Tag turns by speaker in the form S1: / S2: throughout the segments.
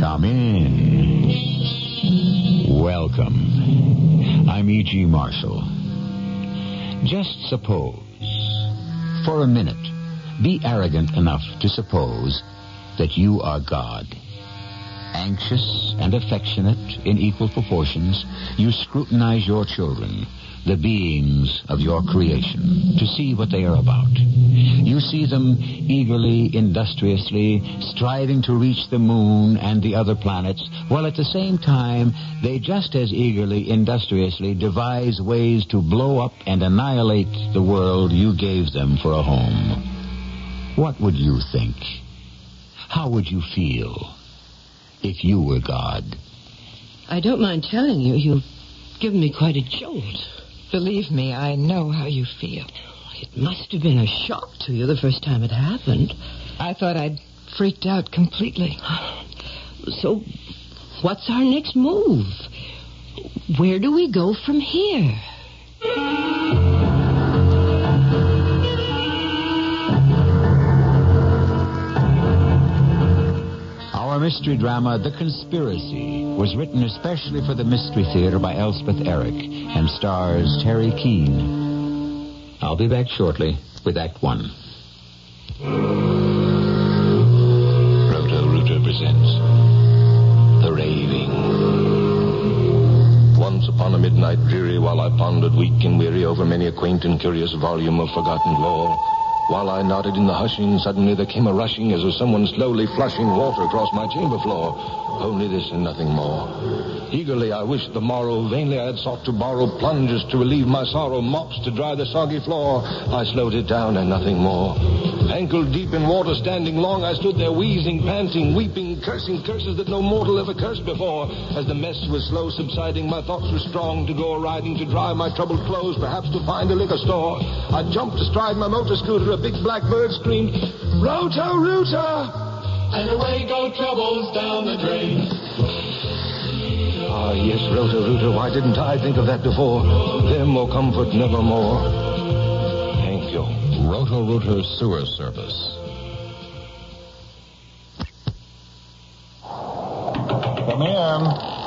S1: Come in. Welcome. I'm E.G. Marshall. Just suppose, for a minute, be arrogant enough to suppose that you are God. Anxious and affectionate in equal proportions, you scrutinize your children, the beings of your creation, to see what they are about. You see them eagerly, industriously, striving to reach the moon and the other planets, while at the same time, they just as eagerly, industriously devise ways to blow up and annihilate the world you gave them for a home. What would you think? How would you feel? if you were God?
S2: I don't mind telling you, you've given me quite a jolt. Believe me, I know how you feel. It must have been a shock to you the first time it happened. I thought I'd freaked out completely. So, what's our next move? Where do we go from here?
S1: mystery drama, The Conspiracy, was written especially for the Mystery Theater by Elspeth Eric and stars Terry Keane. I'll be back shortly with Act One. Roto Rooter presents The Raving.
S3: Once upon a midnight dreary, while I pondered weak and weary over many a quaint and curious volume of forgotten lore, while I nodded in the hushing, suddenly there came a rushing as of someone slowly flushing water across my chamber floor. Only this and nothing more. Eagerly I wished the morrow. Vainly I had sought to borrow plungers to relieve my sorrow, mops to dry the soggy floor. I slowed it down and nothing more. Ankle deep in water, standing long, I stood there wheezing, panting, weeping, cursing curses that no mortal ever cursed before. As the mess was slow subsiding, my thoughts were strong to go riding, to dry my troubled clothes, perhaps to find a liquor store. I jumped astride my motor scooter, big black bird screamed, Roto Rooter!
S4: And away go troubles down the drain.
S3: Ah, yes, Roto Rooter, why didn't I think of that before? There more comfort, never more. Thank you.
S1: Roto Rooter Sewer Service.
S5: Come in.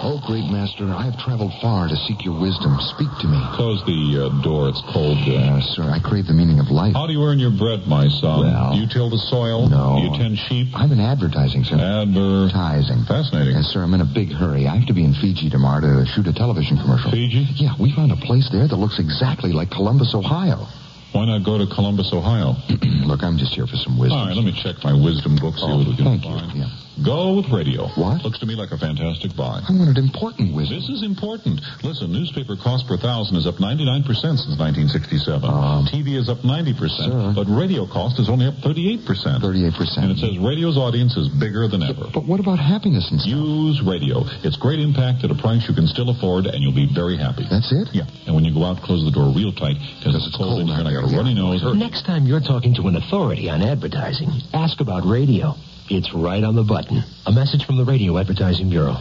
S6: Oh, great master, I have traveled far to seek your wisdom. Speak to me.
S5: Close the uh, door. It's cold.
S6: Uh, sir, I crave the meaning of life.
S5: How do you earn your bread, my son?
S6: Well,
S5: do you till the soil?
S6: No.
S5: Do you tend sheep?
S6: I'm in advertising, sir.
S5: Advertising. Fascinating.
S6: Yes, sir, I'm in a big hurry. I have to be in Fiji tomorrow to shoot a television commercial.
S5: Fiji?
S6: Yeah, we found a place there that looks exactly like Columbus, Ohio.
S5: Why not go to Columbus, Ohio?
S6: Look, I'm just here for some wisdom.
S5: All right, let me check my wisdom book, see
S6: oh,
S5: what we can
S6: thank
S5: find.
S6: You. Yeah.
S5: Go with radio.
S6: What?
S5: Looks to me like a fantastic buy.
S6: I wanted important wisdom.
S5: This is important. Listen, newspaper cost per thousand is up 99% since 1967.
S6: Um,
S5: TV is up 90%,
S6: sir.
S5: but radio cost is only up 38%.
S6: 38%.
S5: And it says radio's audience is bigger than ever.
S6: But what about happiness and stuff?
S5: Use radio. It's great impact at a price you can still afford, and you'll be very happy.
S6: That's it?
S5: Yeah. And when you go out, close the door real tight because
S6: Because
S5: it's
S6: it's
S5: cold in
S6: cold
S5: here, and I got
S6: out
S5: a
S6: there.
S5: runny nose.
S7: Next time you're talking to an authority on advertising, ask about radio. It's right on the button. A message from the Radio Advertising Bureau.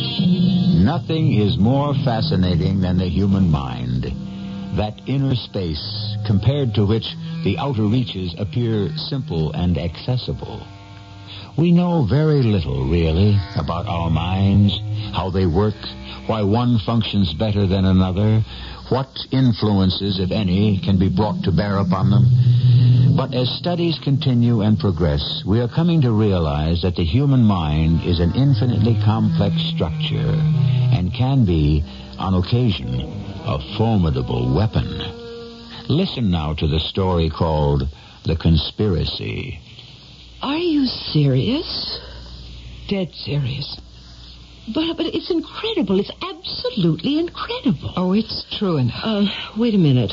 S1: Nothing is more fascinating than the human mind. That inner space compared to which the outer reaches appear simple and accessible. We know very little, really, about our minds, how they work, why one functions better than another, what influences, if any, can be brought to bear upon them. But as studies continue and progress, we are coming to realize that the human mind is an infinitely complex structure and can be, on occasion, a formidable weapon. Listen now to the story called The Conspiracy.
S2: Are you serious? Dead serious.
S8: But, but it's incredible. It's absolutely incredible.
S9: Oh, it's true enough.
S8: Uh, wait a minute.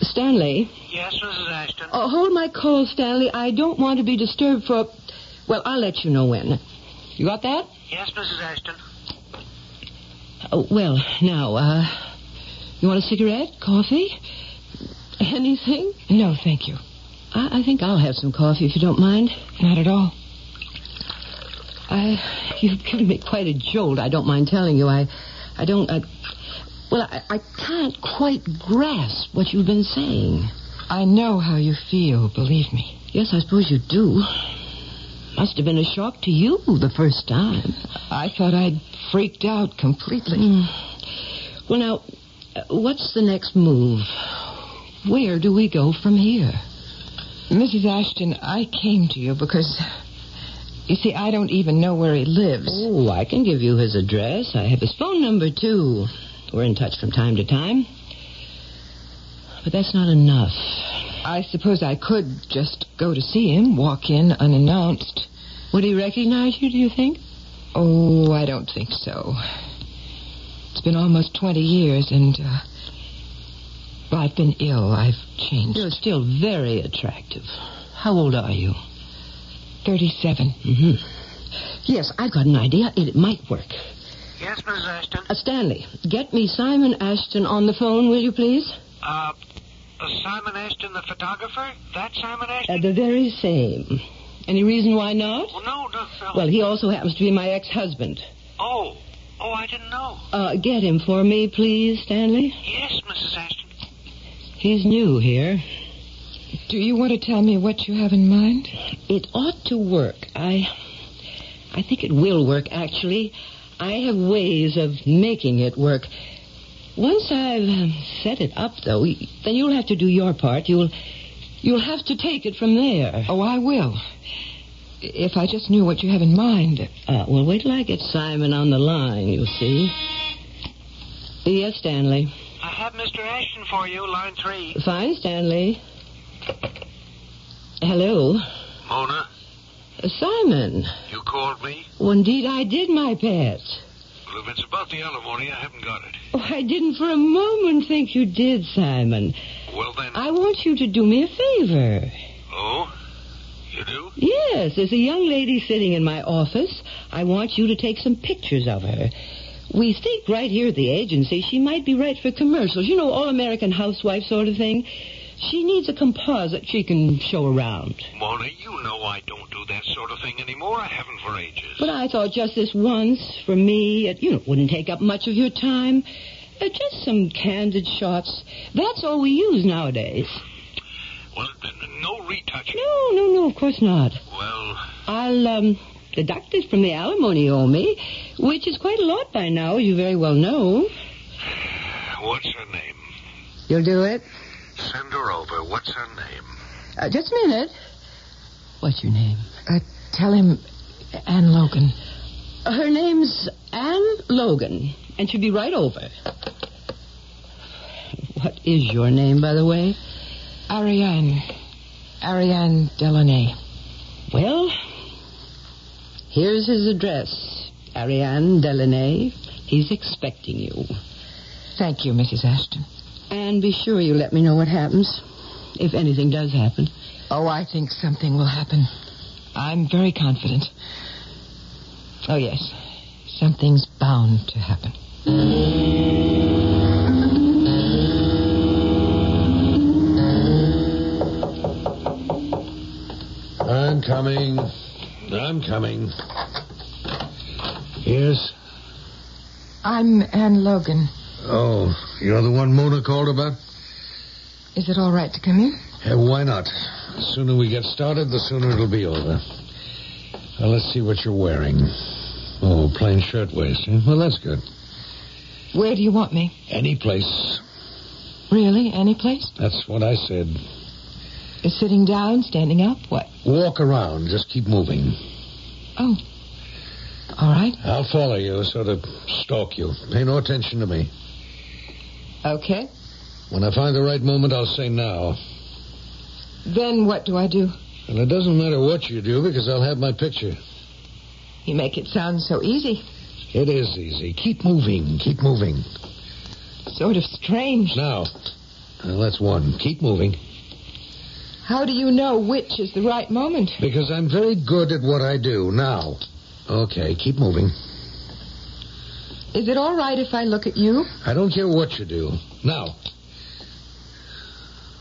S8: Stanley.
S10: Yes, Mrs. Ashton.
S8: Uh, hold my call, Stanley. I don't want to be disturbed for. Well, I'll let you know when. You got that?
S10: Yes, Mrs. Ashton.
S8: Oh, well, now, uh, you want a cigarette, coffee, anything?
S9: No, thank you.
S8: I, I think I'll have some coffee if you don't mind.
S9: Not at all.
S8: I, you've given me quite a jolt. I don't mind telling you. I, I don't. I, well, I, I can't quite grasp what you've been saying.
S9: I know how you feel. Believe me.
S8: Yes, I suppose you do. Must have been a shock to you the first time.
S9: I thought I'd freaked out completely. Hmm.
S8: Mm. Well, now, what's the next move? Where do we go from here?
S9: Mrs. Ashton, I came to you because. You see, I don't even know where he lives.
S8: Oh, I can give you his address. I have his phone number, too. We're in touch from time to time. But that's not enough.
S9: I suppose I could just go to see him, walk in unannounced.
S8: Would he recognize you, do you think?
S9: Oh, I don't think so. It's been almost 20 years, and. Uh, well, I've been ill. I've changed.
S8: You're still very attractive. How old are you?
S9: 37.
S8: Mm-hmm. Yes, I've got an idea. It might work.
S10: Yes, Mrs. Ashton.
S8: Uh, Stanley, get me Simon Ashton on the phone, will you please?
S10: Uh, Simon Ashton, the photographer? That Simon Ashton?
S8: Uh, the very same. Any reason why not?
S10: Well, no, no, no.
S8: Well, he also happens to be my ex-husband.
S10: Oh. Oh, I didn't know.
S8: Uh, get him for me, please, Stanley.
S10: Yes, Mrs. Ashton.
S8: He's new here.
S9: Do you want to tell me what you have in mind?
S8: It ought to work. I I think it will work actually. I have ways of making it work. Once I've um, set it up though, then you'll have to do your part. You'll you'll have to take it from there.
S9: Oh, I will. If I just knew what you have in mind.
S8: Uh, well, wait till I get Simon on the line, you'll see. Yes, Stanley.
S10: I have Mr. Ashton for you, line three.
S8: Fine, Stanley. Hello.
S10: Mona?
S8: Uh, Simon.
S10: You called me?
S8: Well, indeed, I did, my pet.
S10: Well, if it's about the alimony, I haven't got it.
S8: Oh, I didn't for a moment think you did, Simon.
S10: Well, then.
S8: I want you to do me a favor.
S10: Oh? You do?
S8: Yes, there's a young lady sitting in my office. I want you to take some pictures of her. We think right here at the agency she might be right for commercials. You know, all American housewife sort of thing. She needs a composite she can show around.
S10: Mona, you know I don't do that sort of thing anymore. I haven't for ages.
S8: But I thought just this once, for me, it you know, wouldn't take up much of your time. Uh, just some candid shots. That's all we use nowadays.
S10: Well, no retouching.
S8: No, no, no, of course not.
S10: Well...
S8: I'll, um, deduct it from the alimony you owe me, which is quite a lot by now, as you very well know.
S10: What's her name?
S8: You'll do it?
S10: Send her over. What's her name?
S8: Uh, just a minute. What's your name?
S9: Uh, tell him Anne Logan.
S8: Her name's Anne Logan, and she'll be right over. What is your name, by the way?
S9: Ariane. Ariane Delaunay.
S8: Well, here's his address. Ariane Delaunay. He's expecting you.
S9: Thank you, Mrs. Ashton.
S8: And be sure you let me know what happens. If anything does happen.
S9: Oh, I think something will happen. I'm very confident. Oh, yes. Something's bound to happen.
S11: I'm coming. I'm coming. Yes?
S9: I'm Anne Logan.
S11: Oh, you're the one Mona called about?
S9: Is it all right to come in?
S11: Yeah, Eh, why not? The sooner we get started, the sooner it'll be over. Well, let's see what you're wearing. Oh, plain shirtwaist. Huh? Well, that's good.
S9: Where do you want me?
S11: Any place.
S9: Really? Any place?
S11: That's what I said.
S9: Is sitting down, standing up, what?
S11: Walk around. Just keep moving.
S9: Oh. All right.
S11: I'll follow you, sort of stalk you. Pay no attention to me.
S9: Okay.
S11: When I find the right moment, I'll say now.
S9: Then what do I do?
S11: Well, it doesn't matter what you do because I'll have my picture.
S8: You make it sound so easy.
S11: It is easy. Keep moving. Keep moving.
S8: Sort of strange.
S11: Now, now that's one. Keep moving.
S8: How do you know which is the right moment?
S11: Because I'm very good at what I do. Now. Okay, keep moving.
S8: Is it all right if I look at you?
S11: I don't care what you do. Now.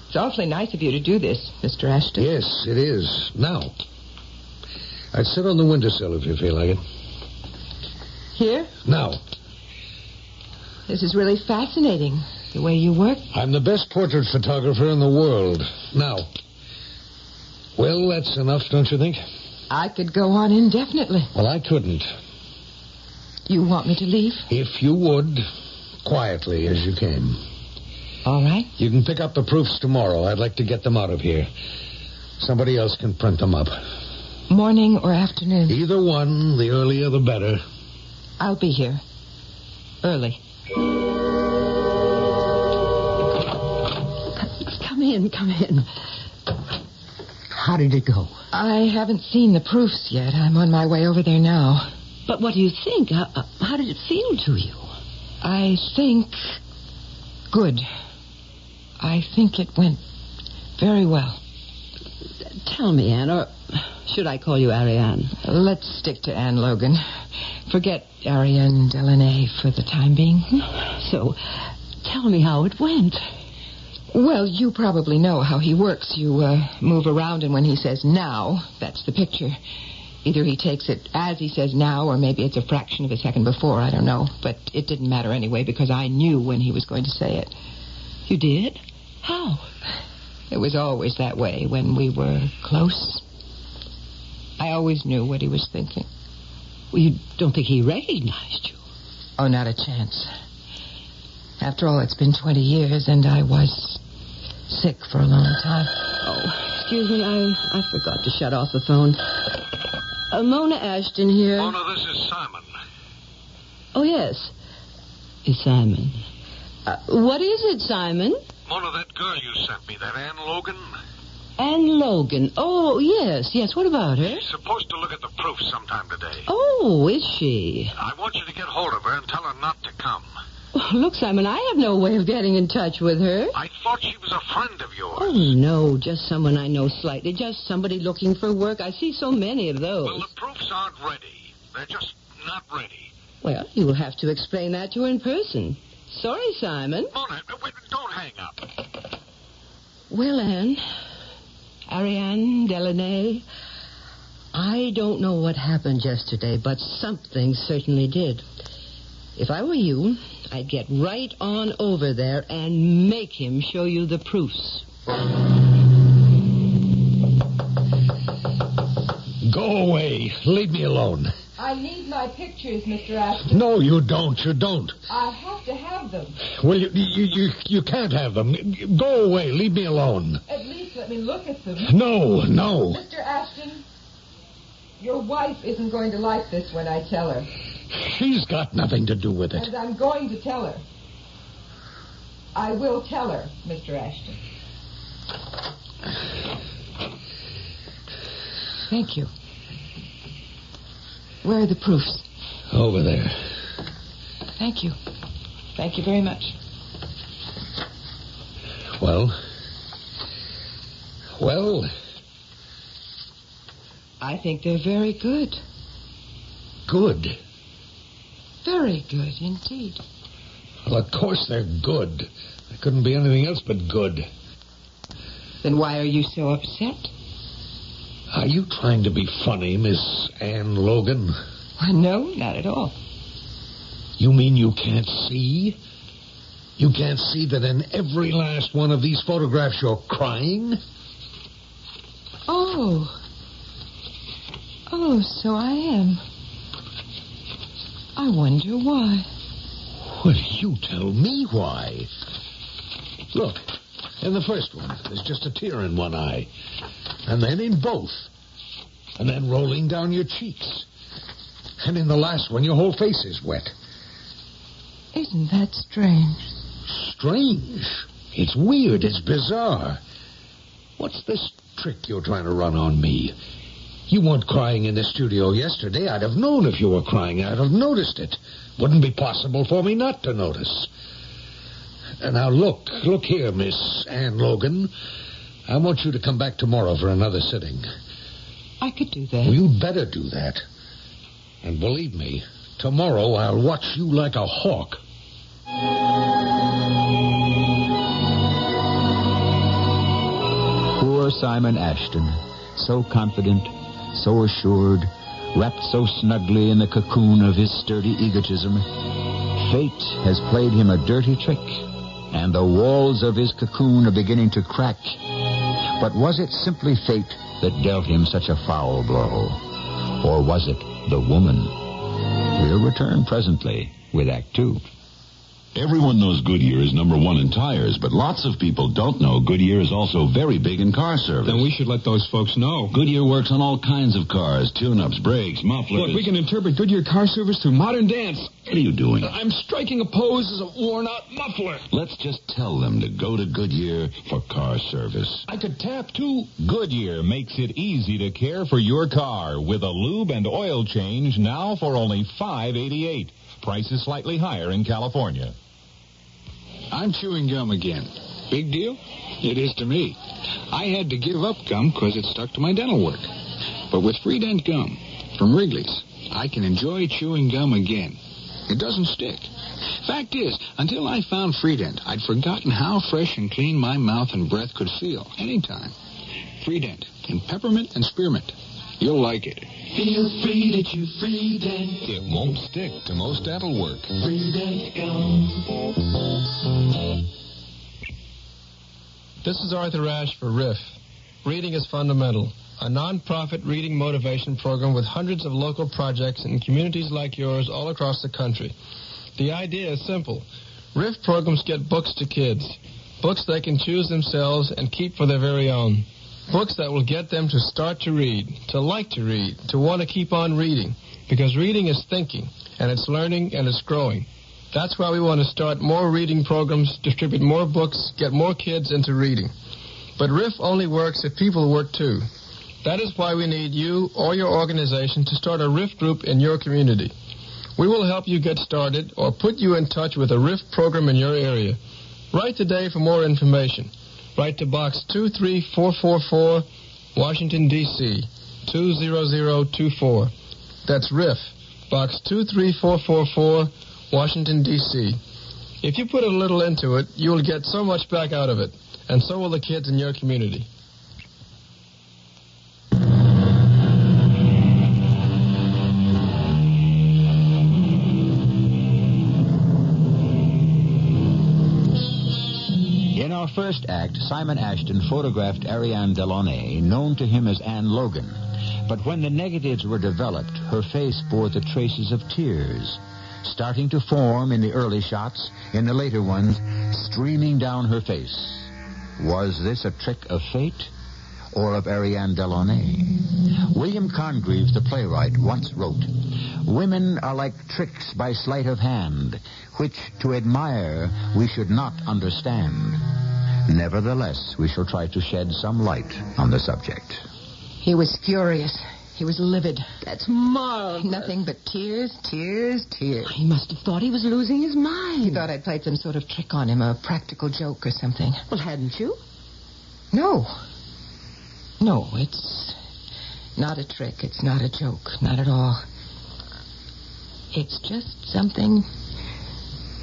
S8: It's awfully nice of you to do this, Mr. Ashton.
S11: Yes, it is. Now. I'd sit on the windowsill if you feel like it.
S8: Here?
S11: Now.
S8: This is really fascinating, the way you work.
S11: I'm the best portrait photographer in the world. Now. Well, that's enough, don't you think?
S8: I could go on indefinitely.
S11: Well, I couldn't.
S8: You want me to leave?
S11: If you would, quietly as you came.
S8: All right.
S11: You can pick up the proofs tomorrow. I'd like to get them out of here. Somebody else can print them up.
S8: Morning or afternoon?
S11: Either one, the earlier the better.
S8: I'll be here. Early. Come in, come in.
S12: How did it go?
S8: I haven't seen the proofs yet. I'm on my way over there now.
S12: But what do you think? How, uh, how did it feel to you?
S8: I think. good. I think it went very well.
S12: Tell me, Anne, or should I call you Ariane?
S8: Let's stick to Anne Logan. Forget Ariane Delaney for the time being.
S12: So, tell me how it went.
S8: Well, you probably know how he works. You uh, move around, and when he says now, that's the picture. Either he takes it as he says now, or maybe it's a fraction of a second before, I don't know. But it didn't matter anyway because I knew when he was going to say it.
S12: You did? How?
S8: It was always that way when we were close. I always knew what he was thinking.
S12: Well, you don't think he recognized you?
S8: Oh, not a chance. After all, it's been 20 years, and I was sick for a long time.
S12: Oh, excuse me, I, I forgot to shut off the phone. Uh, Mona Ashton here.
S10: Mona, this is Simon.
S12: Oh, yes. It's Simon. Uh, what is it, Simon?
S10: Mona, that girl you sent me, that Ann Logan.
S12: Ann Logan. Oh, yes, yes. What about her?
S10: She's supposed to look at the proof sometime today.
S12: Oh, is she?
S10: I want you to get hold of her and tell her not to come.
S12: Well, look, Simon, I have no way of getting in touch with her.
S10: I thought she was a friend of yours.
S12: Oh, no, just someone I know slightly. Just somebody looking for work. I see so many of those.
S10: Well, the proofs aren't ready. They're just not ready.
S12: Well, you'll have to explain that to her in person. Sorry, Simon.
S10: Mona, wait, don't hang up.
S12: Well, Anne, Ariane Delaney, I don't know what happened yesterday, but something certainly did. If I were you, I'd get right on over there and make him show you the proofs.
S11: Go away. Leave me alone.
S13: I need my pictures, Mr. Ashton.
S11: No, you don't. You don't.
S13: I have to have them.
S11: Well, you, you, you, you can't have them. Go away. Leave me alone.
S13: At least let me look at them.
S11: No, no.
S13: Mr. Ashton, your wife isn't going to like this when I tell her.
S11: She's got nothing to do with it.
S13: And I'm going to tell her. I will tell her, Mr. Ashton.
S8: Thank you. Where are the proofs?
S11: Over there.
S8: Thank you. Thank you very much.
S11: Well? Well?
S8: I think they're very good.
S11: Good?
S8: Very good indeed.
S11: Well, of course they're good. They couldn't be anything else but good.
S8: Then why are you so upset?
S11: Are you trying to be funny, Miss Anne Logan?
S8: Why, no, not at all.
S11: You mean you can't see? You can't see that in every last one of these photographs you're crying?
S8: Oh. Oh, so I am. I wonder why.
S11: Well, you tell me why. Look, in the first one, there's just a tear in one eye, and then in both, and then rolling down your cheeks. And in the last one, your whole face is wet.
S8: Isn't that strange?
S11: Strange? It's weird. It's bizarre. What's this trick you're trying to run on me? You weren't crying in the studio yesterday. I'd have known if you were crying. I'd have noticed it. Wouldn't be possible for me not to notice. And now look, look here, Miss Anne Logan. I want you to come back tomorrow for another sitting.
S2: I could do that.
S11: You'd better do that. And believe me, tomorrow I'll watch you like a hawk.
S1: Poor Simon Ashton, so confident, so assured, wrapped so snugly in the cocoon of his sturdy egotism, fate has played him a dirty trick, and the walls of his cocoon are beginning to crack. But was it simply fate that dealt him such a foul blow? Or was it the woman? We'll return presently with Act Two.
S5: Everyone knows Goodyear is number one in tires, but lots of people don't know Goodyear is also very big in car service. Then we should let those folks know. Goodyear works on all kinds of cars tune-ups, brakes, mufflers.
S14: Look, we can interpret Goodyear car service through modern dance.
S5: What are you doing?
S14: I'm striking a pose as a worn-out muffler.
S5: Let's just tell them to go to Goodyear for car service.
S14: I could tap too.
S15: Goodyear makes it easy to care for your car with a lube and oil change now for only $5.88. Price is slightly higher in California.
S16: I'm chewing gum again. Big deal? It is to me. I had to give up gum because it stuck to my dental work. But with Free Dent gum from Wrigley's, I can enjoy chewing gum again. It doesn't stick. Fact is, until I found Free Dent, I'd forgotten how fresh and clean my mouth and breath could feel anytime. Free Dent in peppermint and spearmint. You'll like it.
S4: Feel free to chew free dent.
S15: It won't stick to most dental work.
S4: Free dent gum.
S17: This is Arthur Ashe for RIF. Reading is Fundamental, a nonprofit reading motivation program with hundreds of local projects in communities like yours all across the country. The idea is simple RIF programs get books to kids, books they can choose themselves and keep for their very own. Books that will get them to start to read, to like to read, to want to keep on reading, because reading is thinking, and it's learning, and it's growing. That's why we want to start more reading programs, distribute more books, get more kids into reading. But RIF only works if people work too. That is why we need you or your organization to start a RIF group in your community. We will help you get started or put you in touch with a RIF program in your area. Write today for more information. Write to Box 23444, Washington, D.C. 20024. That's RIF, Box 23444, Washington, D.C. If you put a little into it, you will get so much back out of it, and so will the kids in your community.
S1: In our first act, Simon Ashton photographed Ariane Delaunay, known to him as Anne Logan. But when the negatives were developed, her face bore the traces of tears, starting to form in the early shots, in the later ones, streaming down her face. Was this a trick of fate or of Ariane Delaunay? William Congreves, the playwright, once wrote, Women are like tricks by sleight of hand, which to admire we should not understand. Nevertheless, we shall try to shed some light on the subject.
S8: He was furious. He was livid.
S18: That's marvelous.
S8: Nothing but tears, tears, tears.
S18: He must have thought he was losing his mind.
S8: He thought I'd played some sort of trick on him, a practical joke or something.
S18: Well, hadn't you?
S8: No. No, it's not a trick. It's not a joke. Not at all. It's just something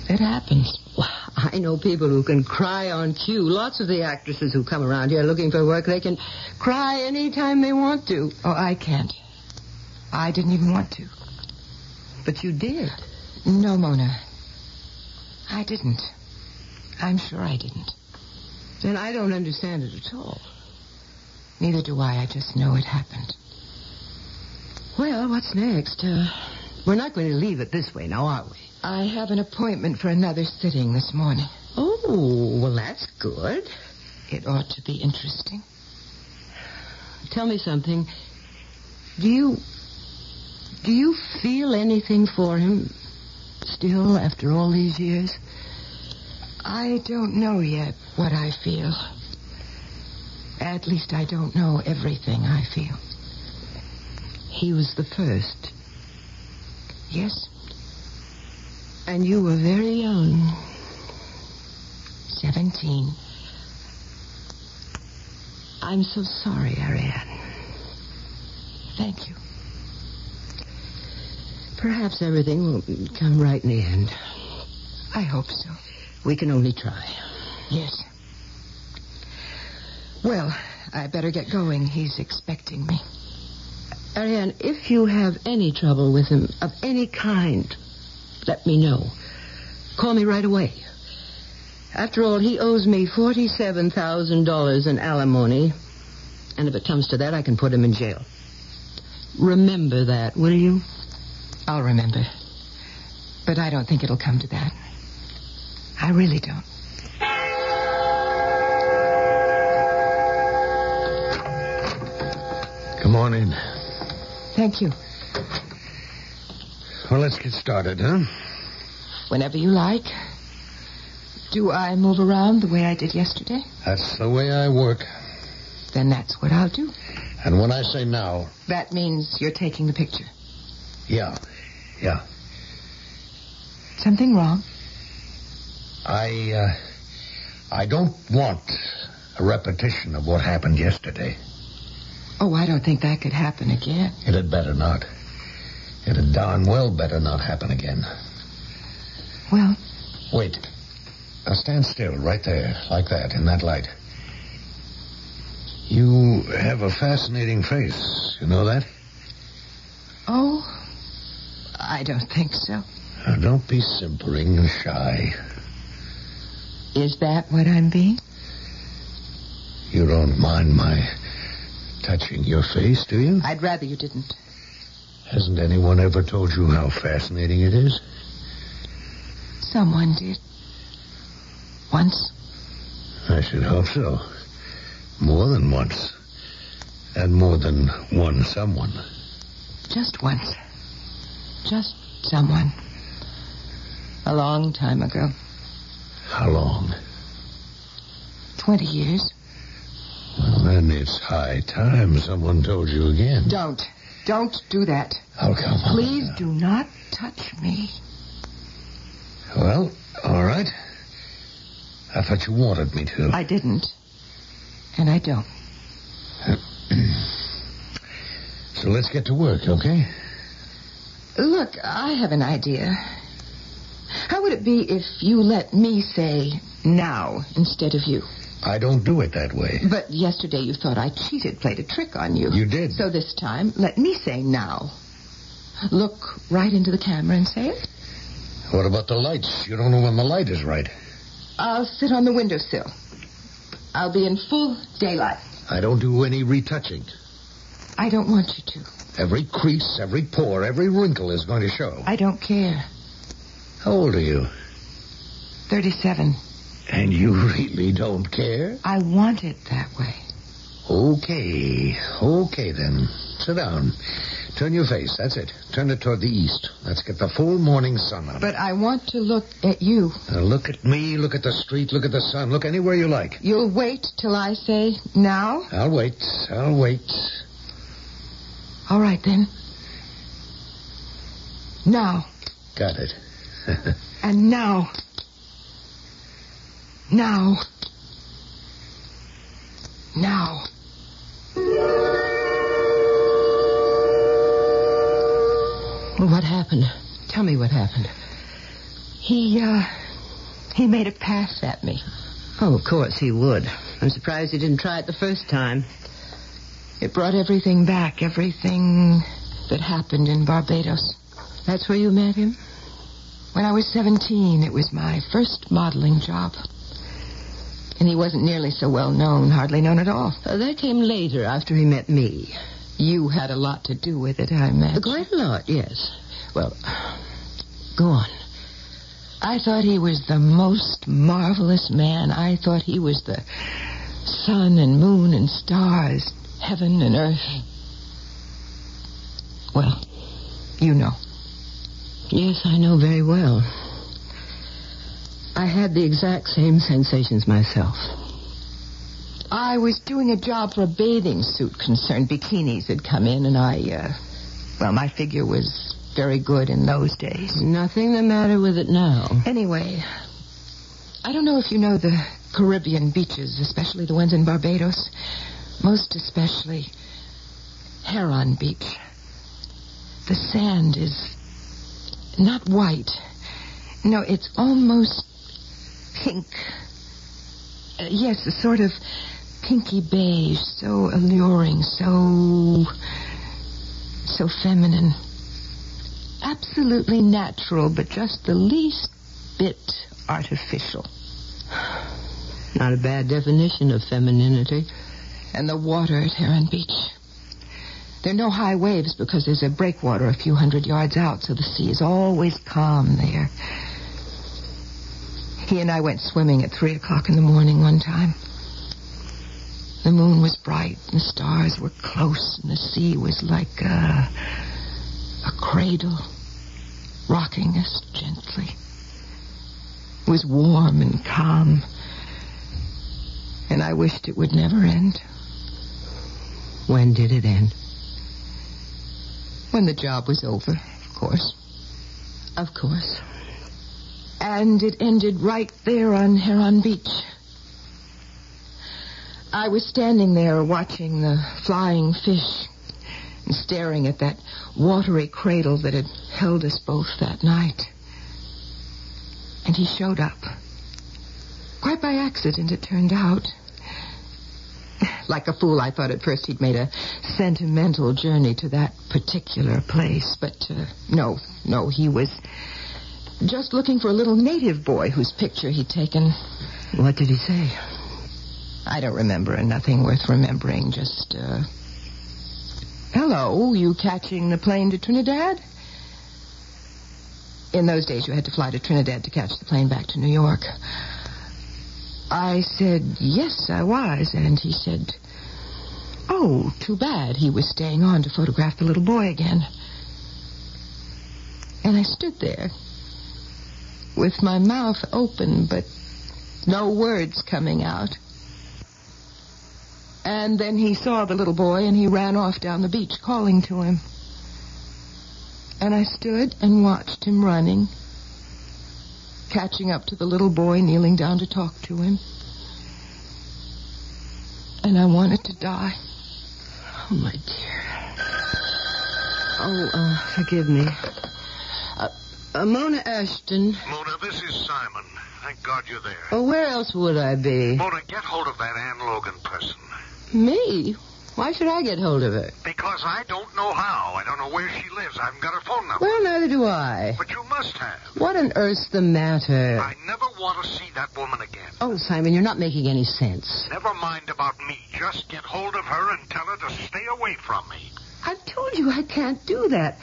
S8: that happens.
S18: Well, I know people who can cry on cue. Lots of the actresses who come around here looking for work, they can cry any time they want to.
S8: Oh, I can't. I didn't even want to.
S18: But you did.
S8: No, Mona. I didn't. I'm sure I didn't.
S18: Then I don't understand it at all.
S8: Neither do I. I just know it happened.
S18: Well, what's next? Uh, we're not going to leave it this way now, are we?
S8: I have an appointment for another sitting this morning.
S18: Oh, well, that's good.
S8: It ought to be interesting.
S18: Tell me something. Do you. Do you feel anything for him still after all these years?
S8: I don't know yet what I feel. At least I don't know everything I feel. He was the first. Yes. And you were very young. Seventeen. I'm so sorry, Ariane. Thank you.
S18: Perhaps everything will come right in the end.
S8: I hope so.
S18: We can only try.
S8: Yes. Well, I better get going. He's expecting me.
S18: Ariane, if you have any trouble with him of any kind, let me know. Call me right away. After all, he owes me $47,000 in alimony. And if it comes to that, I can put him in jail. Remember that, will you?
S8: I'll remember. But I don't think it'll come to that. I really don't.
S11: Come on in.
S8: Thank you.
S11: Well, let's get started, huh?
S8: Whenever you like. Do I move around the way I did yesterday?
S11: That's the way I work.
S8: Then that's what I'll do.
S11: And when I say now,
S8: That means you're taking the picture.
S11: yeah, yeah,
S8: Something wrong?
S11: I, uh, I don't want a repetition of what happened yesterday.
S8: Oh, I don't think that could happen again.
S11: It had better not. It had darn well better not happen again.
S8: Well,
S11: Wait. Now stand still, right there, like that, in that light. You have a fascinating face. You know that?
S8: oh, I don't think so.
S11: Now, Uh, don't be simpering and shy.
S8: Is that what I'm being?
S11: You don't mind my touching your face, do you?
S8: I'd rather you didn't.
S11: Hasn't anyone ever told you how fascinating it is?
S8: Someone did. Once.
S11: I should hope so. More than once. And more than one someone.
S8: Just once. Just someone. A long time ago.
S11: How long?
S8: Twenty years.
S11: Well, then it's high time someone told you again.
S8: Don't. Don't do that.
S11: I'll come.
S8: Please do not touch me.
S11: Well, all right. I thought you wanted me to.
S8: I didn't. And I don't.
S11: So let's get to work, okay?
S8: Look, I have an idea. How would it be if you let me say now instead of you?
S11: I don't do it that way.
S8: But yesterday you thought I cheated, played a trick on you.
S11: You did.
S8: So this time, let me say now. Look right into the camera and say it.
S11: What about the lights? You don't know when the light is right.
S8: I'll sit on the windowsill. I'll be in full daylight.
S11: I don't do any retouching.
S8: I don't want you to.
S11: Every crease, every pore, every wrinkle is going to show.
S8: I don't care.
S11: How old are you?
S8: 37.
S11: And you really don't care?
S8: I want it that way.
S11: Okay, okay then. Sit down. Turn your face, that's it. Turn it toward the east. Let's get the full morning sun on.
S8: But I want to look at you.
S11: Now look at me, look at the street, look at the sun, look anywhere you like.
S8: You'll wait till I say now?
S11: I'll wait, I'll wait.
S8: All right, then. Now.
S11: Got it.
S8: And now. Now. Now.
S2: What happened? Tell me what happened.
S8: He, uh. He made a pass at me.
S19: Oh, of course he would. I'm surprised he didn't try it the first time.
S8: It brought everything back, everything that happened in Barbados.
S2: That's where you met him?
S8: When I was 17, it was my first modeling job. And he wasn't nearly so well known, hardly known at all.
S19: Uh, that came later, after he met me. Uh,
S8: You had a lot to do with it, I imagine.
S19: Quite a lot, yes.
S8: Well,
S19: Go on.
S8: I thought he was the most marvelous man. I thought he was the sun and moon and stars, heaven and earth. Well, you know.
S19: Yes, I know very well. I had the exact same sensations myself.
S8: I was doing a job for a bathing suit concern. Bikinis had come in, and I, uh, Well, my figure was very good in those days.
S2: Nothing the matter with it now.
S8: Anyway, I don't know if you know the Caribbean beaches, especially the ones in Barbados. Most especially Heron Beach. The sand is not white. No, it's almost pink. Uh, yes, a sort of pinky beige, so alluring, so so feminine. Absolutely natural, but just the least bit artificial.
S2: Not a bad definition of femininity.
S8: And the water at Heron Beach. There are no high waves because there's a breakwater a few hundred yards out, so the sea is always calm there. He and I went swimming at three o'clock in the morning one time. The moon was bright, and the stars were close, and the sea was like a, a cradle, rocking us gently. It was warm and calm, and I wished it would never end.
S2: When did it end?
S8: When the job was over, of course. Of course. And it ended right there on Heron Beach. I was standing there watching the flying fish and staring at that watery cradle that had held us both that night. And he showed up. Quite by accident, it turned out. Like a fool, I thought at first he'd made a sentimental journey to that particular place, but uh, no, no, he was just looking for a little native boy whose picture he'd taken.
S2: What did he say?
S8: I don't remember, and nothing worth remembering. Just, uh, hello, you catching the plane to Trinidad? In those days, you had to fly to Trinidad to catch the plane back to New York. I said, yes, I was, and he said, oh, too bad. He was staying on to photograph the little boy again. And I stood there with my mouth open, but no words coming out. And then he saw the little boy and he ran off down the beach calling to him. And I stood and watched him running, catching up to the little boy, kneeling down to talk to him. And I wanted to die.
S2: Oh, my dear. Oh, uh, forgive me. Uh, uh, Mona Ashton.
S10: Mona, this is Simon. Thank God you're there.
S2: Oh, where else would I be?
S10: Mona, get hold of that Ann Logan person.
S2: Me? Why should I get hold of her?
S10: Because I don't know how. I don't know where she lives. I haven't got her phone number.
S2: Well, neither do I.
S10: But you must have.
S2: What on earth's the matter?
S10: I never want to see that woman again.
S2: Oh, Simon, you're not making any sense.
S10: Never mind about me. Just get hold of her and tell her to stay away from me.
S2: I've told you I can't do that.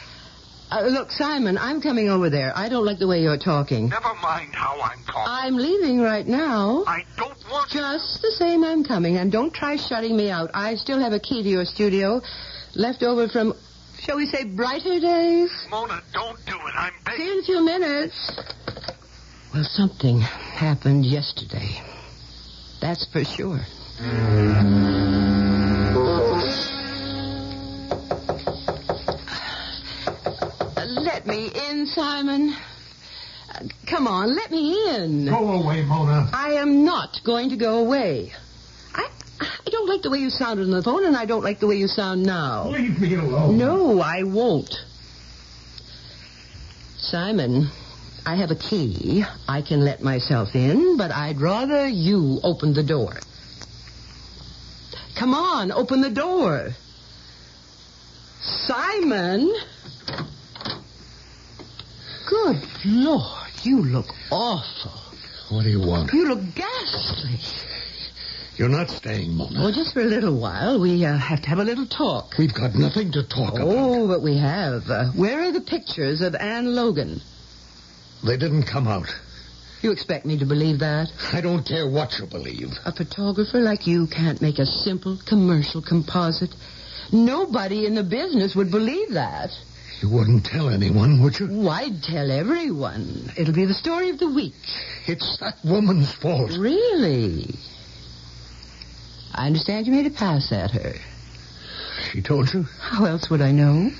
S2: Uh, look, Simon, I'm coming over there. I don't like the way you're talking.
S10: Never mind how I'm talking.
S2: I'm leaving right now.
S10: I don't want
S2: Just the same, I'm coming. And don't try shutting me out. I still have a key to your studio left over from, shall we say, brighter days?
S10: Mona, don't do it. I'm begging.
S2: See you in a few minutes. Well, something happened yesterday. That's for sure. Uh, Let me in, Simon. Uh, Come on, let me in.
S11: Go away, Mona.
S2: I am not going to go away. I, I don't like the way you sounded on the phone, and I don't like the way you sound now.
S11: Leave me alone.
S2: No, I won't. Simon, I have a key. I can let myself in, but I'd rather you open the door. Come on, open the door. Simon? Good Lord, you look awful.
S11: What do you want?
S2: You look ghastly.
S11: You're not staying, Mona.
S2: Oh, just for a little while. We uh, have to have a little talk.
S11: We've got nothing to talk about.
S2: Oh, but we have. Uh, where are the pictures of Anne Logan?
S11: They didn't come out.
S2: You expect me to believe that?
S11: I don't care what you believe.
S2: A photographer like you can't make a simple commercial composite. Nobody in the business would believe that.
S11: You wouldn't tell anyone, would you?
S2: Why'd tell everyone? It'll be the story of the week.
S11: It's that woman's fault.
S2: Really? I understand you made a pass at her.
S11: She told you?
S2: How else would I know?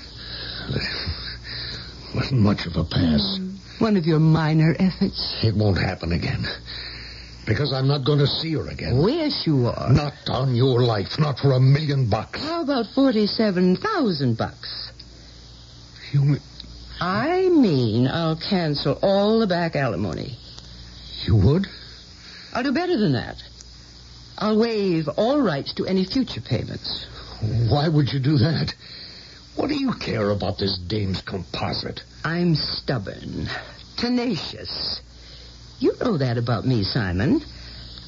S11: Wasn't much of a pass.
S2: Hmm.
S20: One of your minor efforts.
S11: It won't happen again. Because I'm not going to see her again.
S8: Yes, you are.
S11: Not on your life. Not for a million bucks.
S8: How about 47,000 bucks?
S11: You mean...
S8: I mean, I'll cancel all the back alimony.
S11: You would?
S8: I'll do better than that. I'll waive all rights to any future payments.
S11: Why would you do that? What do you care about this dame's composite?
S8: I'm stubborn, tenacious. You know that about me, Simon.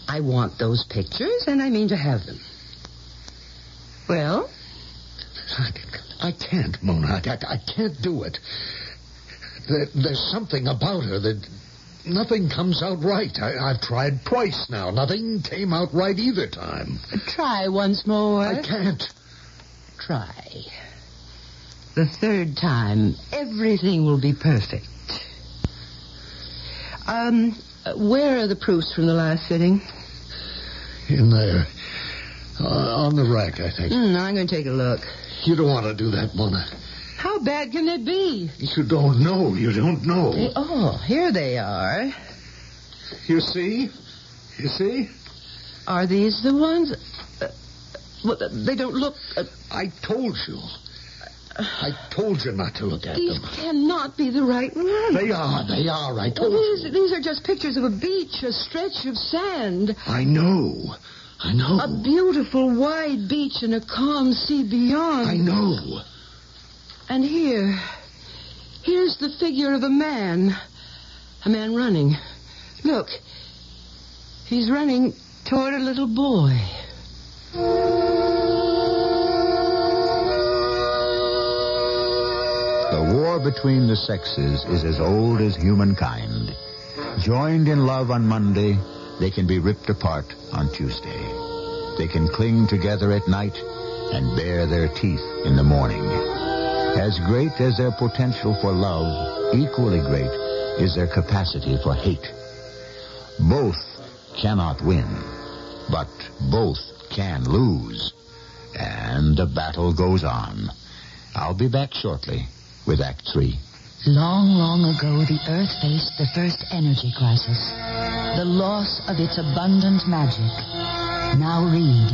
S8: I want those pictures, and I mean to have them. Well,
S11: I can't, Mona. I, I can't do it. There, there's something about her that nothing comes out right. I, I've tried twice now. Nothing came out right either time.
S20: Try once more.
S11: I can't.
S8: Try. The third time, everything will be perfect. Um, where are the proofs from the last sitting?
S11: In there. Uh, on the rack, I think.
S8: Hmm, I'm going to take a look.
S11: You don't want to do that, Mona.
S8: How bad can they be?
S11: You don't know. You don't know.
S8: They- oh, here they are.
S11: You see? You see?
S8: Are these the ones? Uh, well, they don't look. Uh,
S11: I told you. I told you not to look at
S8: these
S11: them.
S8: cannot be the right ones.
S11: They are. They are. I
S8: Well,
S11: told you.
S8: these, these are just pictures of a beach, a stretch of sand,
S11: I know. I know.
S8: a beautiful wide beach, and a calm sea beyond.
S11: I know.
S8: And here, here's the figure of a man. A man running. Look, he's running toward a little boy.
S1: The war between the sexes is as old as humankind. Joined in love on Monday, they can be ripped apart on Tuesday. They can cling together at night and bare their teeth in the morning. As great as their potential for love, equally great is their capacity for hate. Both cannot win, but both can lose. And the battle goes on. I'll be back shortly with Act Three.
S12: Long, long ago, the Earth faced the first energy crisis, the loss of its abundant magic. Now read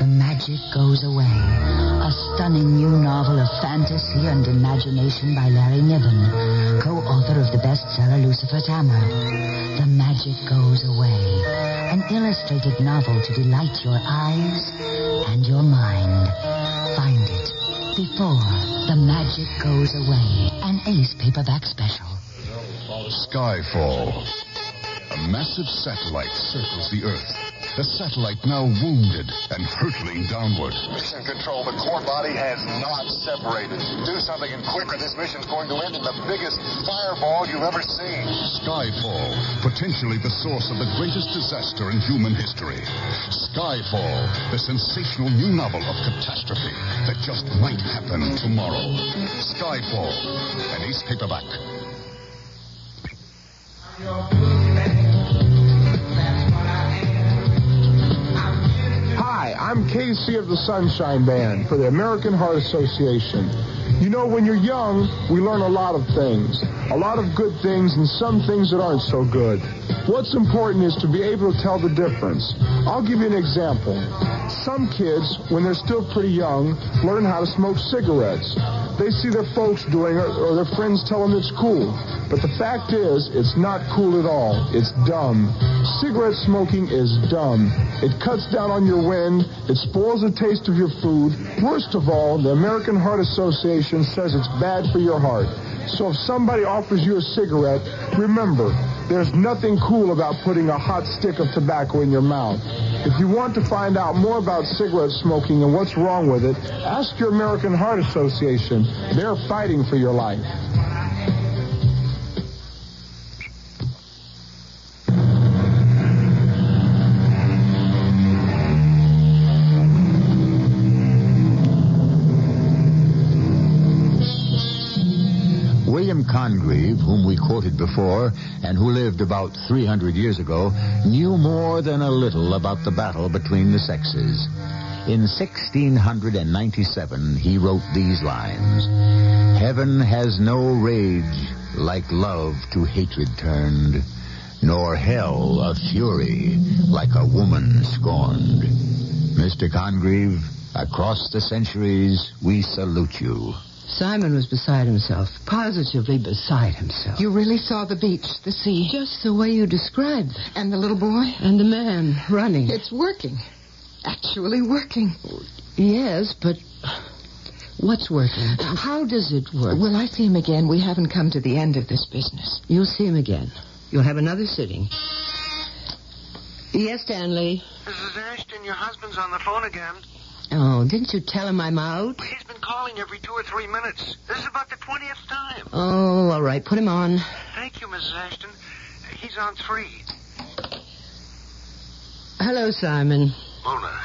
S12: The Magic Goes Away, a stunning new novel of fantasy and imagination by Larry Niven, co-author of the bestseller Lucifer Tammer. The Magic Goes Away, an illustrated novel to delight your eyes and your mind. Find it before The Magic Goes Away, an Ace paperback special.
S21: Skyfall. A massive satellite circles the Earth. The satellite now wounded and hurtling downward.
S10: Mission control, the core body has not separated. Do something and quick, or this mission's going to end in the biggest fireball you've ever seen.
S21: Skyfall, potentially the source of the greatest disaster in human history. Skyfall, the sensational new novel of catastrophe that just might happen tomorrow. Skyfall, an ace paperback.
S22: Hi, I'm KC of the Sunshine Band for the American Heart Association. You know, when you're young, we learn a lot of things, a lot of good things and some things that aren't so good. What's important is to be able to tell the difference. I'll give you an example. Some kids, when they're still pretty young, learn how to smoke cigarettes. They see their folks doing it or their friends tell them it's cool. But the fact is, it's not cool at all. It's dumb. Cigarette smoking is dumb. It cuts down on your wind. It spoils the taste of your food. Worst of all, the American Heart Association says it's bad for your heart. So if somebody offers you a cigarette, remember, there's nothing cool about putting a hot stick of tobacco in your mouth. If you want to find out more about cigarette smoking and what's wrong with it, ask your American Heart Association. They're fighting for your life.
S1: William Congreve, whom we quoted before and who lived about 300 years ago, knew more than a little about the battle between the sexes. In 1697, he wrote these lines Heaven has no rage like love to hatred turned, nor hell a fury like a woman scorned. Mr. Congreve, across the centuries, we salute you.
S23: Simon was beside himself, positively beside himself.
S8: You really saw the beach, the sea.
S23: Just the way you described.
S8: And the little boy?
S23: And the man running.
S8: It's working. Actually working.
S23: Yes, but what's working? How does it work?
S8: Will I see him again? We haven't come to the end of this business.
S23: You'll see him again. You'll have another sitting. Yes, Stanley.
S11: Mrs. Ashton, your husband's on the phone again.
S23: Oh, didn't you tell him I'm out?
S11: He's been calling every two or three minutes. This is about the 20th time.
S23: Oh, all right. Put him on.
S11: Thank you, Mrs. Ashton. He's on three.
S23: Hello, Simon.
S11: Mona,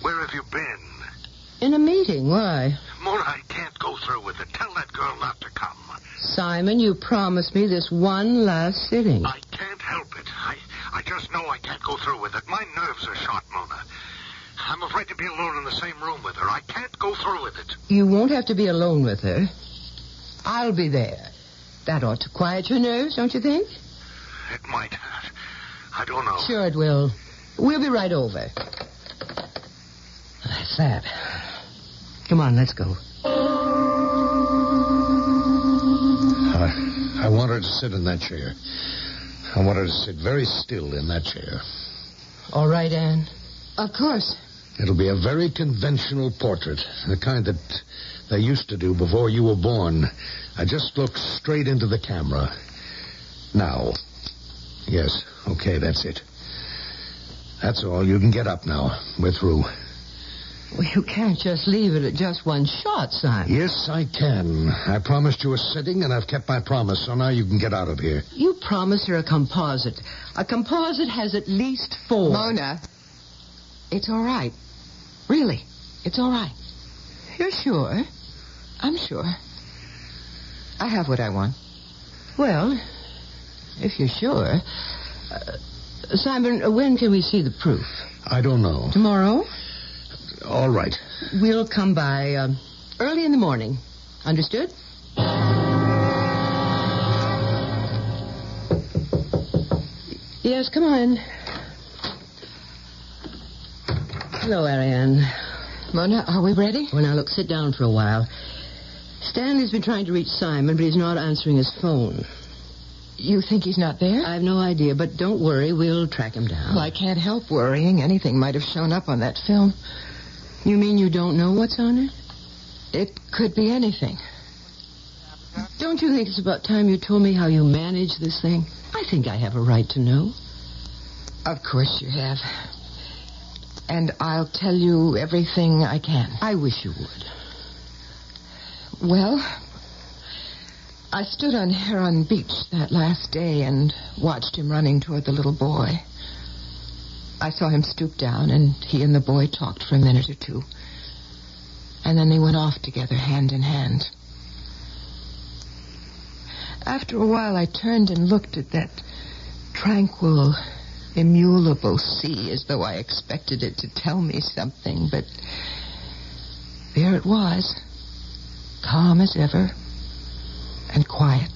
S11: where have you been?
S23: In a meeting. Why?
S11: Mona, I can't go through with it. Tell that girl not to come.
S23: Simon, you promised me this one last sitting.
S11: I can't help it. I, I just know I can't go through with it. My nerves are shot, Mona. I'm afraid to be alone in the same room with her. I can't go through with it.
S23: You won't have to be alone with her. I'll be there. That ought to quiet your nerves, don't you think?
S11: It might. I don't know.
S23: Sure it will. We'll be right over. That's that. Come on, let's go.
S24: I, I want her to sit in that chair. I want her to sit very still in that chair.
S23: All right, Anne.
S8: Of course.
S24: It'll be a very conventional portrait, the kind that they used to do before you were born. I just look straight into the camera. Now. Yes, okay, that's it. That's all. You can get up now. We're through.
S23: Well, you can't just leave it at just one shot, Simon.
S24: Yes, I can. I promised you a sitting, and I've kept my promise, so now you can get out of here.
S23: You promised her a composite. A composite has at least four.
S8: Mona, it's all right. Really, it's all right. You're sure? I'm sure. I have what I want.
S23: Well, if you're sure. Uh, Simon, uh, when can we see the proof?
S24: I don't know.
S23: Tomorrow?
S24: All right.
S23: We'll come by um, early in the morning. Understood? Yes, come on. Hello, Ariane.
S8: Mona, are we ready?
S23: Well, now look, sit down for a while. Stanley's been trying to reach Simon, but he's not answering his phone.
S8: You think he's not there?
S23: I've no idea, but don't worry, we'll track him down.
S8: Well, I can't help worrying. Anything might have shown up on that film.
S23: You mean you don't know what's on it?
S8: It could be anything.
S23: Don't you think it's about time you told me how you manage this thing? I think I have a right to know.
S8: Of course you have. And I'll tell you everything I can.
S23: I wish you would.
S8: Well, I stood on Heron Beach that last day and watched him running toward the little boy. I saw him stoop down, and he and the boy talked for a minute or two. And then they went off together, hand in hand. After a while, I turned and looked at that tranquil, immuable sea as though I expected it to tell me something, but there it was, calm as ever and quiet.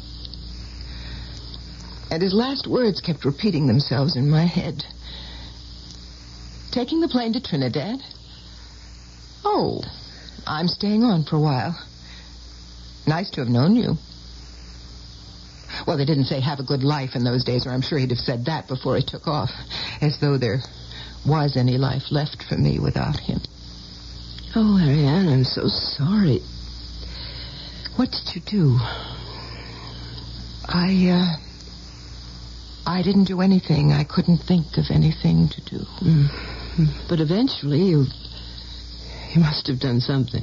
S8: And his last words kept repeating themselves in my head. Taking the plane to Trinidad? Oh, I'm staying on for a while. Nice to have known you. Well, they didn't say have a good life in those days, or I'm sure he'd have said that before he took off, as though there was any life left for me without him.
S23: Oh, Ariane, I'm so sorry. What did you do?
S8: I, uh. I didn't do anything. I couldn't think of anything to do.
S23: But eventually you you must have done something.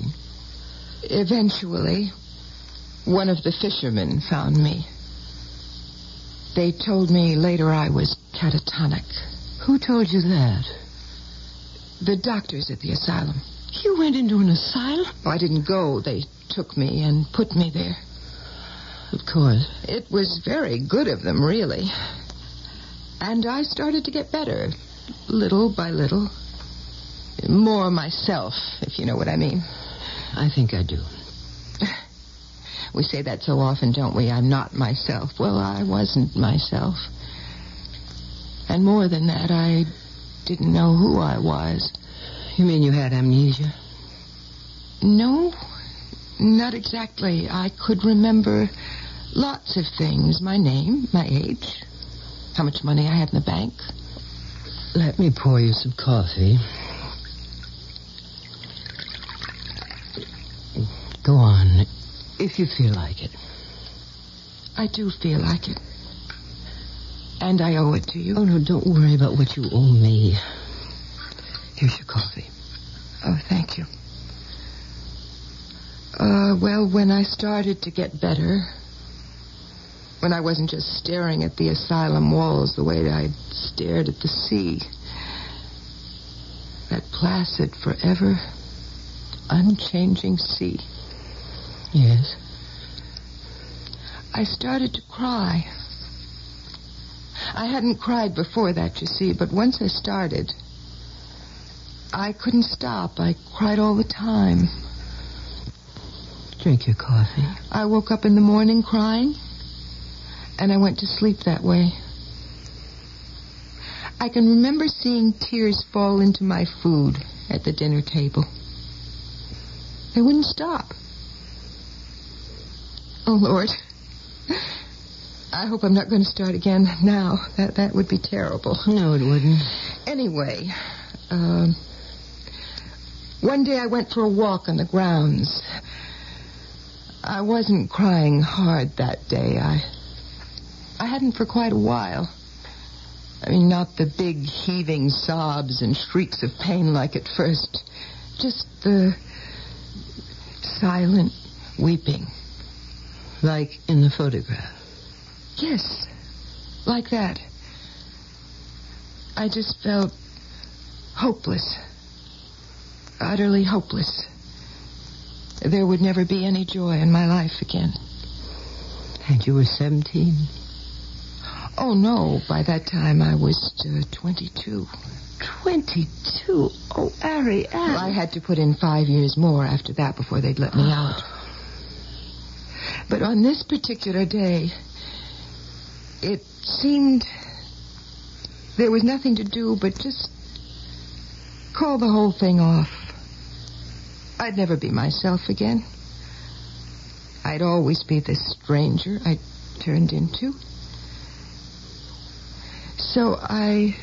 S8: Eventually, one of the fishermen found me. They told me later I was catatonic.
S23: Who told you that?
S8: The doctors at the asylum.
S23: You went into an asylum?
S8: Oh, I didn't go. They took me and put me there.
S23: Of course.
S8: It was very good of them, really. And I started to get better, little by little. more myself, if you know what I mean.
S18: I think I do.
S8: We say that so often, don't we? I'm not myself. Well, I wasn't myself. And more than that, I didn't know who I was.
S18: You mean you had amnesia?
S8: No, not exactly. I could remember lots of things my name, my age, how much money I had in the bank.
S18: Let me pour you some coffee. Go on, if you feel like it.
S8: I do feel like it. And I owe it to you.
S18: Oh, no, don't worry about what you owe me. Here's your coffee.
S8: Oh, thank you. Uh, well, when I started to get better, when I wasn't just staring at the asylum walls the way that I stared at the sea, that placid, forever, unchanging sea,
S18: Yes.
S8: I started to cry. I hadn't cried before that, you see, but once I started, I couldn't stop. I cried all the time.
S18: Drink your coffee.
S8: I woke up in the morning crying, and I went to sleep that way. I can remember seeing tears fall into my food at the dinner table. They wouldn't stop. Oh, Lord. I hope I'm not going to start again now. That, that would be terrible.
S18: No, it wouldn't.
S8: Anyway, um, one day I went for a walk on the grounds. I wasn't crying hard that day. I I hadn't for quite a while. I mean, not the big heaving sobs and shrieks of pain like at first, just the silent weeping.
S18: Like in the photograph.
S8: Yes, like that. I just felt hopeless. Utterly hopeless. There would never be any joy in my life again.
S18: And you were 17.
S8: Oh, no. By that time, I was uh, 22. 22? Oh, Ariane. Well, I had to put in five years more after that before they'd let me
S18: Ah.
S8: out. But on this particular day, it seemed there was nothing to do but just call the whole thing off. I'd never be myself again. I'd always be this stranger I turned into. So I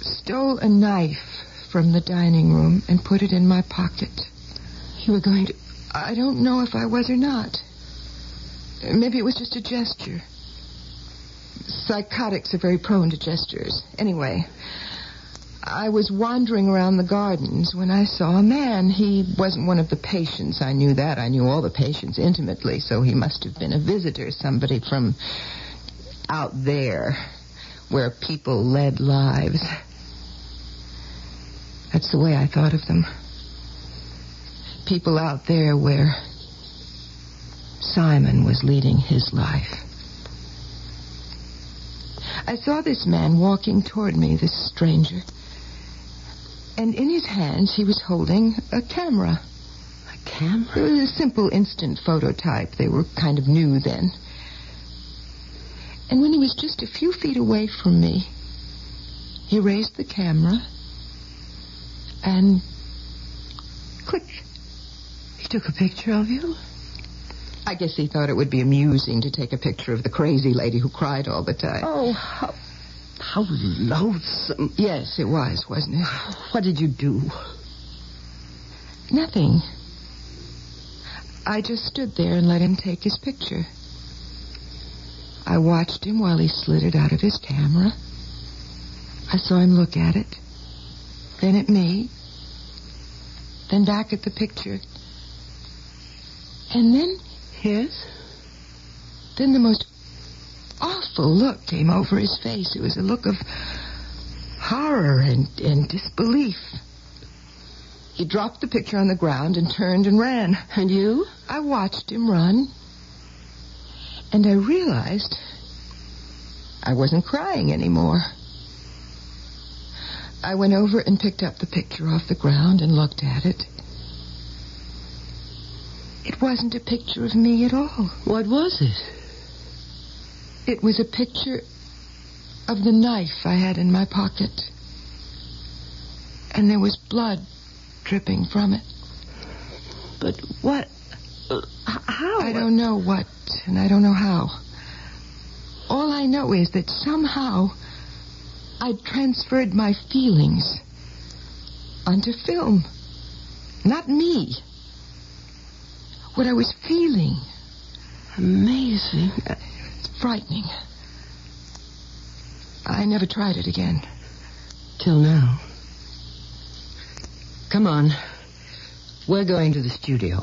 S8: stole a knife from the dining room and put it in my pocket. You were going to. I don't know if I was or not. Maybe it was just a gesture. Psychotics are very prone to gestures. Anyway, I was wandering around the gardens when I saw a man. He wasn't one of the patients. I knew that. I knew all the patients intimately, so he must have been a visitor, somebody from out there where people led lives. That's the way I thought of them. People out there where Simon was leading his life. I saw this man walking toward me, this stranger. And in his hands, he was holding a camera. A
S18: camera?
S8: It was a simple instant photo type. They were kind of new then. And when he was just a few feet away from me, he raised the camera and click.
S18: He took a picture of you?
S8: I guess he thought it would be amusing to take a picture of the crazy lady who cried all the time.
S18: Oh, how, how loathsome.
S8: Yes, it was, wasn't it?
S18: What did you do?
S8: Nothing. I just stood there and let him take his picture. I watched him while he slid it out of his camera. I saw him look at it, then at me, then back at the picture. And then.
S18: Yes?
S8: Then the most awful look came over his face. It was a look of horror and, and disbelief. He dropped the picture on the ground and turned and ran.
S18: And you?
S8: I watched him run, and I realized I wasn't crying anymore. I went over and picked up the picture off the ground and looked at it. It wasn't a picture of me at all. What was it? It was a picture of the knife I had in my pocket. And there was blood dripping from it. But what? uh, How? I don't know what, and I don't know how. All I know is that somehow I transferred my feelings onto film. Not me. What I was feeling. Amazing. It's frightening. I never tried it again.
S18: Till now. Come on. We're going to the studio.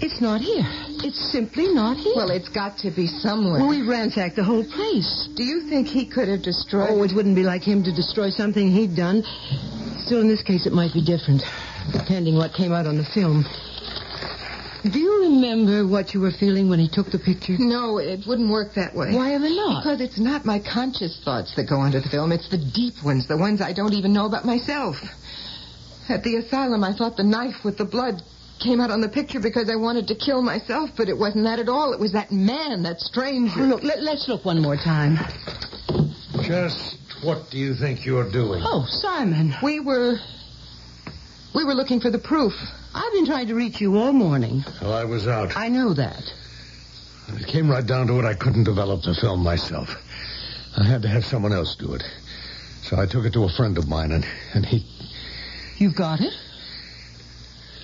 S18: It's not here. It's simply not here. Well, it's got to be somewhere. Well, we ransacked the whole place. Do you think he could have destroyed? Oh, it wouldn't be like him to destroy something he'd done. Still, in this case, it might be different, depending what came out on the film. Do you remember what you were feeling when he took the picture?
S8: No, it wouldn't work that way.
S18: Why ever not?
S8: Because it's not my conscious thoughts that go onto the film. It's the deep ones, the ones I don't even know about myself. At the asylum, I thought the knife with the blood came out on the picture because I wanted to kill myself, but it wasn't that at all. It was that man, that stranger.
S18: Look, let, let's look one more time.
S11: Just what do you think you're doing?
S18: Oh, Simon.
S8: We were. We were looking for the proof.
S18: I've been trying to reach you all morning.
S11: Well, I was out.
S18: I know that.
S11: It came right down to it. I couldn't develop the film myself. I had to have someone else do it. So I took it to a friend of mine, and, and he.
S18: You got it?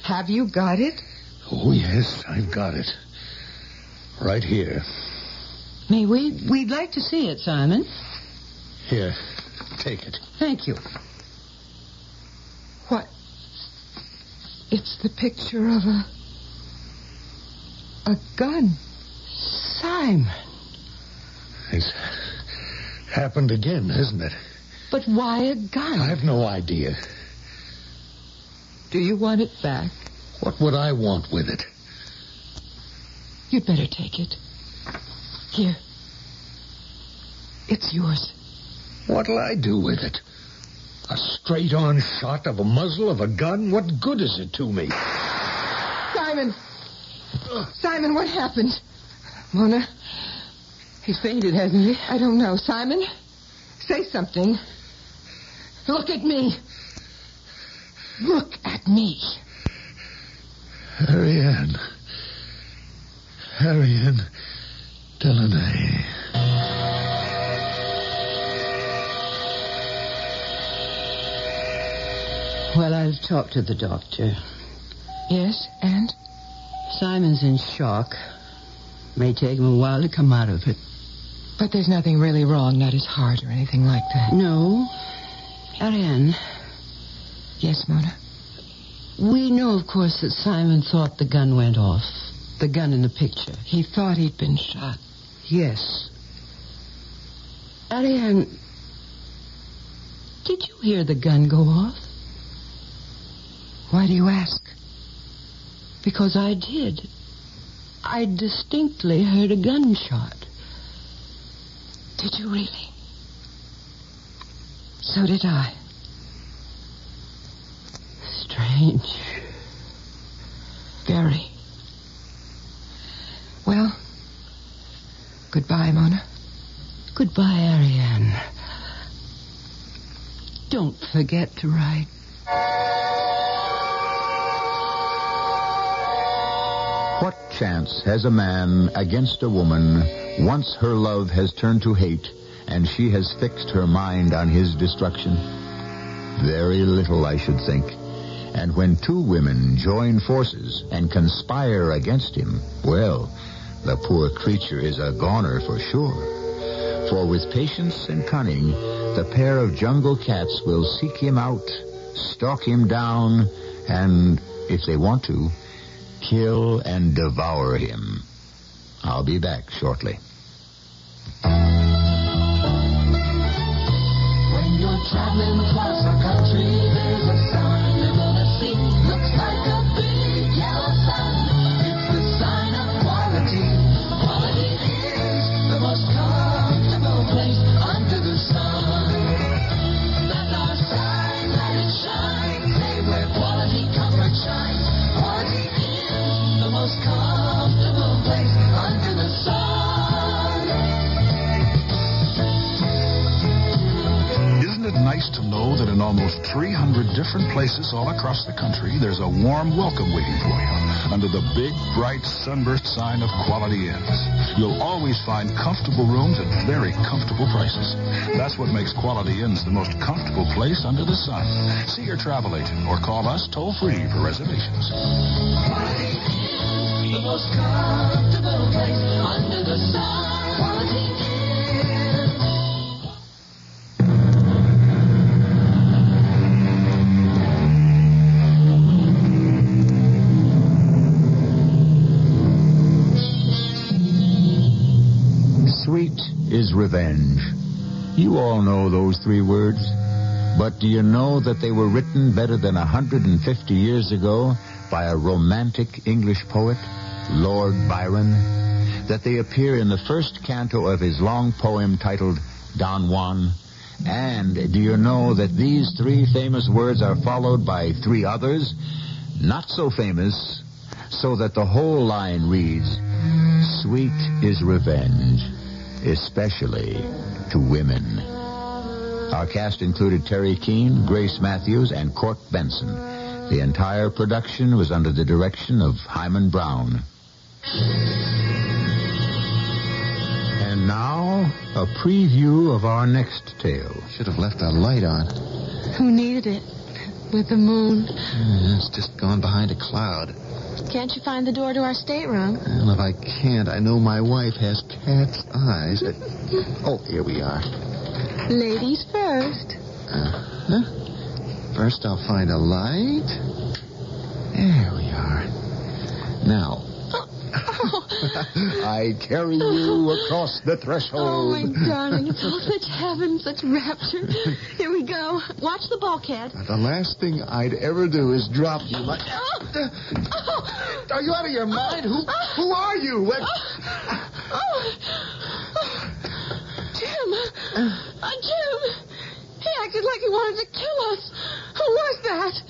S8: Have you got it?
S11: Oh, yes, I've got it. Right here.
S18: May we? We'd like to see it, Simon.
S11: Here. Take it.
S18: Thank you.
S8: What? It's the picture of a. a gun.
S18: Simon.
S11: It's happened again, hasn't it?
S8: But why a gun?
S11: I've no idea.
S8: Do you want it back?
S11: What would I want with it?
S8: You'd better take it. Here. It's yours.
S11: What'll I do with it? A straight on shot of a muzzle of a gun? What good is it to me?
S8: Simon! Simon, what happened? Mona, he's fainted, hasn't he? I don't know. Simon, say something. Look at me. Look at me.
S11: Ariane. Ariane Delaney.
S18: Well, I've talked to the doctor.
S8: Yes, and?
S18: Simon's in shock. May take him a while to come out of it.
S8: But there's nothing really wrong, not his heart or anything like that.
S18: No. Ariane.
S8: Yes, Mona.
S18: We know, of course, that Simon thought the gun went off. The gun in the picture.
S8: He thought he'd been shot.
S18: Yes. Ariane, did you hear the gun go off?
S8: Why do you ask?
S18: Because I did. I distinctly heard a gunshot.
S8: Did you really? So did I.
S18: Strange.
S8: Very. Well, goodbye, Mona.
S18: Goodbye, Ariane. Don't forget to write.
S1: What chance has a man against a woman once her love has turned to hate and she has fixed her mind on his destruction? Very little, I should think. And when two women join forces and conspire against him, well, the poor creature is a goner for sure. For with patience and cunning, the pair of jungle cats will seek him out, stalk him down, and, if they want to, kill and devour him. I'll be back shortly.
S4: When you're traveling across the country, there's a sign you're gonna see. Looks like a big yellow sign. It's the sign of quality. Quality is the most comfortable place under pleased to know that in almost 300 different places all across the country, there's a warm welcome waiting for you under the big, bright, sunburst sign of Quality Inns. You'll always find comfortable rooms at very comfortable prices. That's what makes Quality Inns the most comfortable place under the sun. See your travel agent or call us toll free for reservations.
S25: The most comfortable place under the sun. Quality Inn.
S1: Sweet is revenge. You all know those three words. But do you know that they were written better than 150 years ago by a romantic English poet, Lord Byron? That they appear in the first canto of his long poem titled Don Juan? And do you know that these three famous words are followed by three others, not so famous, so that the whole line reads, Sweet is revenge, especially to women. Our cast included Terry Keane, Grace Matthews, and Court Benson. The entire production was under the direction of Hyman Brown. And now, a preview of our next tale. Should have left our light on.
S10: Who needed it? With the moon.
S11: It's just gone behind a cloud.
S10: Can't you find the door to our stateroom?
S11: Well, if I can't, I know my wife has cat's eyes. Uh, oh, here we are.
S10: Ladies first.
S11: Uh-huh. First, I'll find a light. There we are. Now, I carry you across the
S10: Oh,
S11: threshold.
S10: my darling, it's all such heaven, such rapture. Here we go. Watch the bulkhead.
S11: The last thing I'd ever do is drop you. My... Uh, Are you out of your mind? Who, who are you? What...
S10: Jim! Uh, Jim! He acted like he wanted to kill us. Who was that?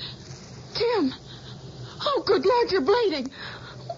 S10: Jim! Oh, good Lord, you're bleeding.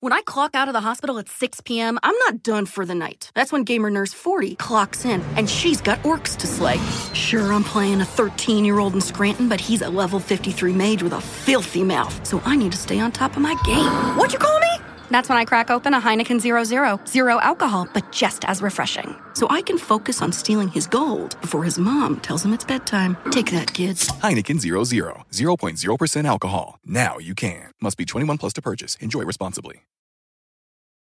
S6: When I clock out of the hospital at 6 p.m., I'm not done for the night. That's when Gamer Nurse 40 clocks in, and she's got orcs to slay. Sure, I'm playing a 13 year old in Scranton, but he's a level 53 mage with a filthy mouth, so I need to stay on top of my game. What'd you call me? That's when I crack open a Heineken Zero Zero, zero alcohol, but just as refreshing. So I can focus on stealing his gold before his mom tells him it's bedtime. Take that, kids.
S26: Heineken 00, 0.0% alcohol. Now you can. Must be 21 plus to purchase. Enjoy responsibly.